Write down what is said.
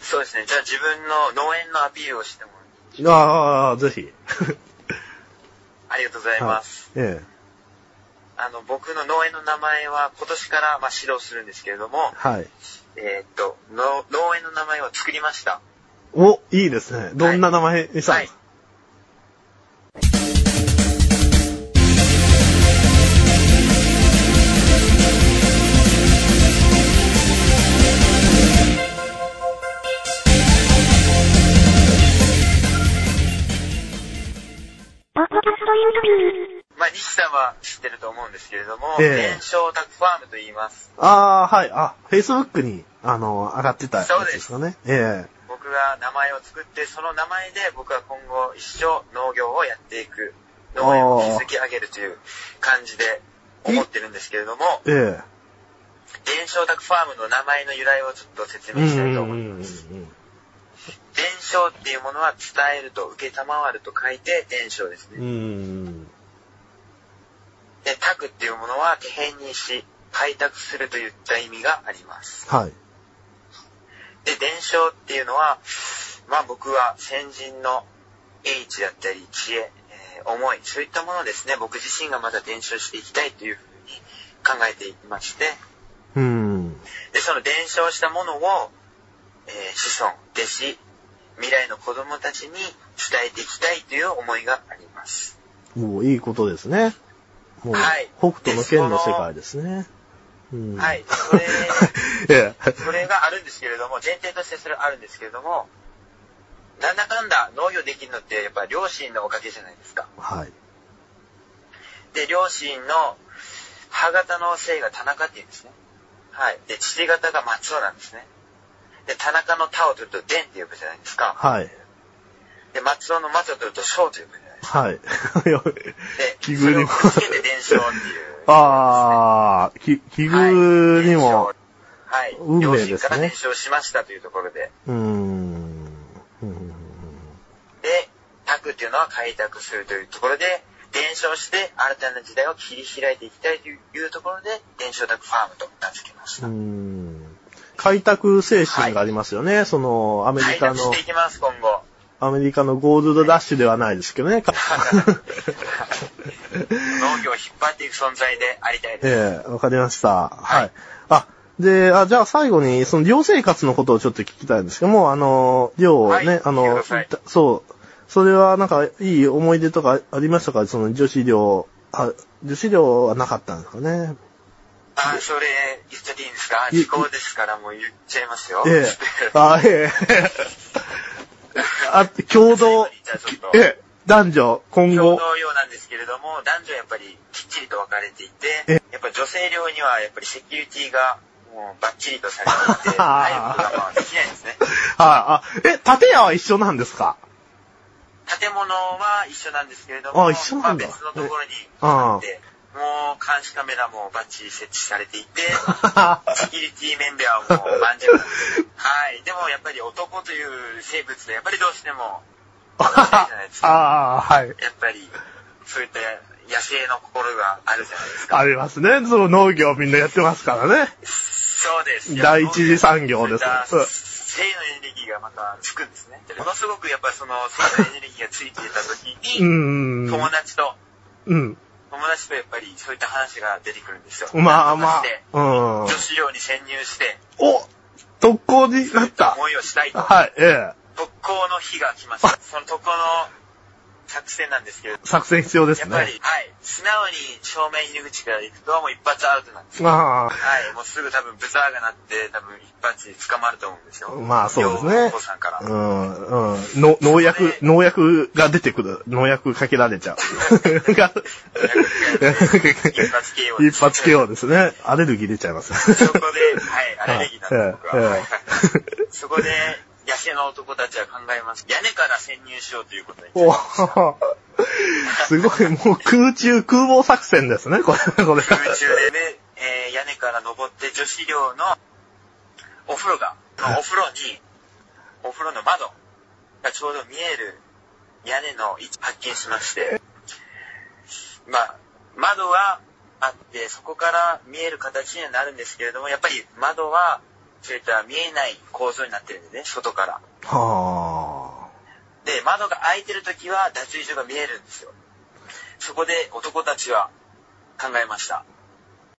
そうですね。じゃあ自分の農園のアピールをしてもああ、ぜひ。ありがとうございます。はい。ええ。あの、僕の農園の名前は今年から、まあ、指導するんですけれども、はい。えーっとの農園の名前を作りました。お、いいですね。どんな名前にしたんはでいすか、。ポッドキャストインタビュー。まあ、西さんは知ってると思うんですけれども、ええ伝承宅ファームと言います。ああ、はい。あ、Facebook に、あの、上がってたやつですかね。え僕が名前を作って、その名前で僕は今後一生農業をやっていく、農園を築き上げるという感じで思ってるんですけれども、え。え伝承宅ファームの名前の由来をちょっと説え。明したいと思います。んうん。伝承っていうものは伝えると、受けたまわると書いて伝承ですうね。ん。で、宅っていうものは手辺にし、開拓するといった意味があります。はい。で、伝承っていうのは、まあ僕は先人の英知だったり、知恵、えー思い、そういったものをですね、僕自身がまた伝承していきたいというふうに考えていまして、うん。で、その伝承したものを、えー子孫、弟子、未来の子供たちに伝えていきたいという思いがあります。もういいことですね。もう、はい北斗の剣の世界ですね。うん はいそれええ。それがあるんですけれども、前提としてそれはあるんですけれども、なんだかんだ農業できるのってやっぱ両親のおかげじゃないですか。はい。で、両親の母方の姓が田中っていうんですね。はい。で、父方が松尾なんですね。で、田中の田を取ると伝って呼ぶじゃないですか。はい。で、松尾の松を取ると小と呼ぶじゃないですか。はい。 で、奇そ遇れにをもくっつけて伝承っていう。ああ、き奇遇にも、はい。運命両です親かねら伝承しましたというところで。うーん。うんで、拓っていうのは開拓するというところで、伝承して新たな時代を切り開いていきたいというところで、伝承拓ファームと名付けましうた。ん開拓精神がありますよね。その、アメリ開カ拓しのて、いきます、今 後。アメリカのゴールドラッシュではないですけど農ね。 業を引っ張っていく存在でありたいです。ええわかりました。はい。あ、で、あ、じゃあ最後に、その寮生活のことをちょっと聞きたいんですけども、あの、寮をね、はいあ聞のいてください、たそう、それはなんか、いい思い出とかありましたかその女子寮、あ、女子寮はなかったんですかね。あ、それ言っちゃっていいんですかい時効ですからもう言っちゃいますよ。ええあ、 ええあ、共同、じゃあちょっとええ男女、今共後、 同用なんですけれども、男女やっぱりきっちりと分かれていえて、やっぱ女性寮にはやっぱりセキュリティがもうバッチリとされていて、入ることがま あできないんですね。 あ、あ、え、建屋は一緒なんですか建物は一緒なんですけれども、あ一緒なんだまあ別のところにああって、もう監視カメラもバッチリ設置されて いて、セキュリティ面ではもう万全なんです。はい。でもやっぱり男という生物で、やっぱりどうしても、あ あ、はい。やっぱり、そういった野生の心があるじゃないですか。ありますね。その農業みんなやってますからね。そうです。第一次産業ですやっぱうんそういった性のエネルギーがまたつくんですね。ものすごくやっぱりその性のエネルギーがついていた時うに、ん。友達と、うん。友達とやっぱりそういった話が出てくるんですよ。まあなんまとかしてあ。うん女。子寮に潜入して、お特攻になった。思いをしたいと。はい、ええ。特攻の日が来ました。その特攻の作戦なんですけど、作戦必要でやすっぱねり、。はい、素直に正面入り口から行くともう一発アウトなんですよ。まあ、はい、もうすぐ多分ブザーが鳴って、多分一発で捕まると思うんですよ。まあそうですね寮のお父さんから。うん、うん。の農薬、農薬が出てくる。農薬かけら れちゃう。が一発 KO 一発 KO ですね。アレルギー出ちゃいます。そこで、 はい、アレルギーなんで僕は。ははいいそこで、野生の男たちは考えます。屋根から潜入しようということに。おーすごい、もう空中、空母作戦ですね、これ、これ。空中でね、えー屋根から登って女子寮のお風呂が、はいお風呂に、お風呂の窓がちょうど見える屋根の位置発見しまして、まあ、窓はあって、そこから見える形にはなるんですけれども、やっぱり窓はちゅうたら見えない構造になってるんでね、外から。はで、窓が開いてる時は脱衣所が見えるんですよ。そこで男たちは考えました。